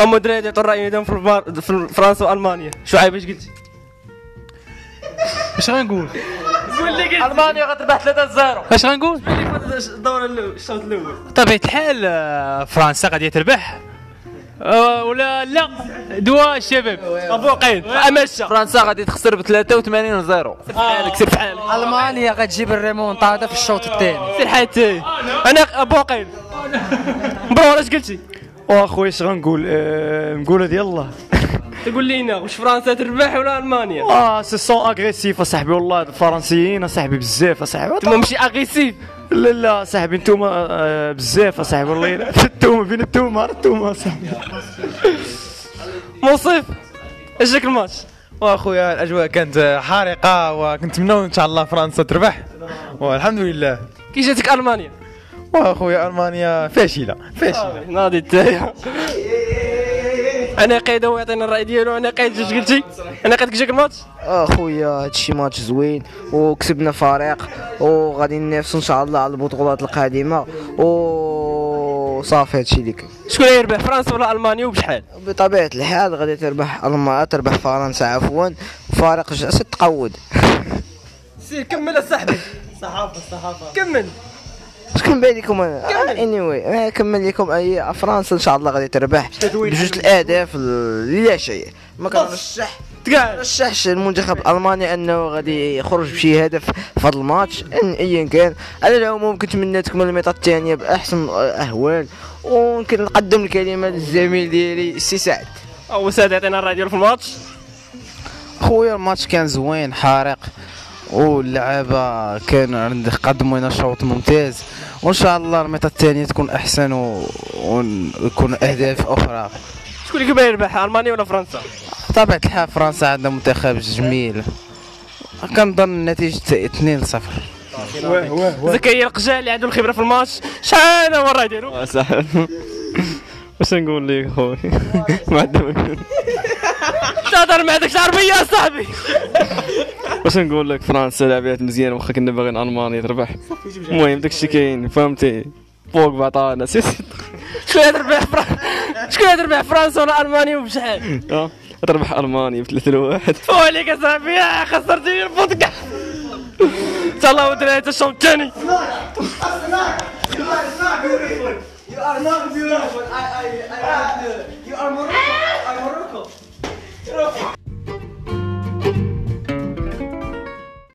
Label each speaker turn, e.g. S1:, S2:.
S1: اما الدراري تعطوا رايهم في, البار... في فرنسا والمانيا شعيب اش قلتي
S2: اش غنقول
S1: قول لي قلت المانيا غتربح 3
S2: اش غنقول
S1: 0 الدور الاول الشوط الاول
S2: طبيعة الحال آه، فرنسا غادي تربح آه، ولا لا دواء الشباب ابو عقيد امشى
S3: فرنسا غادي تخسر ب 83 0
S1: حالك سير بحالك
S3: آه.
S4: المانيا غتجيب الريمونتادا في الشوط الثاني
S1: سير حالك انا ابو عقيل برور اش قلتي
S5: واخويا اش غنقول آه، نقولها ديال الله
S1: تقول لينا واش فرنسا تربح ولا المانيا
S5: اه سي سون اغريسيف اصاحبي والله الفرنسيين اصاحبي بزاف اصاحبي
S1: تما ماشي اغريسيف
S5: لا لا اصاحبي نتوما آه، بزاف اصاحبي والله إلا- التومه بين التومه التومه اصاحبي
S1: منصف اش ذاك الماتش
S6: واخويا الاجواء كانت حارقه وكنتمناو ان شاء الله فرنسا تربح
S5: نعم.
S6: والحمد لله
S1: كي جاتك المانيا
S6: واخويا المانيا فاشله فاشله
S1: ناضي التاية انا قايد هو يعطينا الراي ديالو انا قايد اش قلتي انا قايد كي جاك الماتش
S7: اخويا هادشي ماتش زوين وكسبنا فريق وغادي ننافسوا ان شاء الله على البطولات القادمه وصافي هادشي اللي كاين
S1: شكون يربح فرنسا ولا المانيا وبشحال
S7: بطبيعه الحال غادي تربح الما تربح فرنسا عفوا فريق ج- ست تقود
S1: سير كمل صاحبي صحافه صحافه كمل
S7: شكون كنبان لكم انا اني واي كمل لكم اي فرنسا ان شاء الله غادي تربح بجوج الاهداف ال- لا شيء ما كنرشح
S1: تقاعد
S7: رشحش المنتخب الالماني انه غادي يخرج بشي هدف في هذا الماتش إن- ايا كان على العموم كنتمنى تكمل الميطات الثانيه باحسن الاهوال ويمكن نقدم الكلمه للزميل ديالي السي سعد
S1: او سعد يعطينا الراي ديالو في الماتش
S3: خويا الماتش كان زوين حارق واللعابه كانوا عند قدموا لنا شوط ممتاز وان شاء الله الميطه الثانيه تكون احسن و- ون- ويكون اهداف اخرى
S1: شكون اللي كيبان يربح المانيا ولا فرنسا
S3: طبعا الحال فرنسا عندها منتخب جميل كنظن النتيجه 2 0
S1: زكريا القجاع اللي عنده الخبره في الماتش شحال هو الراي ديالو
S5: واش نقول لك خويا ما
S1: تهضر مع داك العربيه يا صاحبي
S5: واش نقول لك فرنسا لعبات مزيان واخا كنا باغيين المانيا تربح المهم داكشي كاين فهمتي فوق بعطانا سي سي
S1: شكون يربح فرنسا شكون يربح فرنسا ولا المانيا وبشحال
S5: آه، تربح المانيا ب 3 1
S1: ويليك يا صاحبي آه، خسرتيني البودكاست ان شاء الله ودري حتى الشوط الثاني
S8: You are not beautiful. I, I, I, I, you are morose.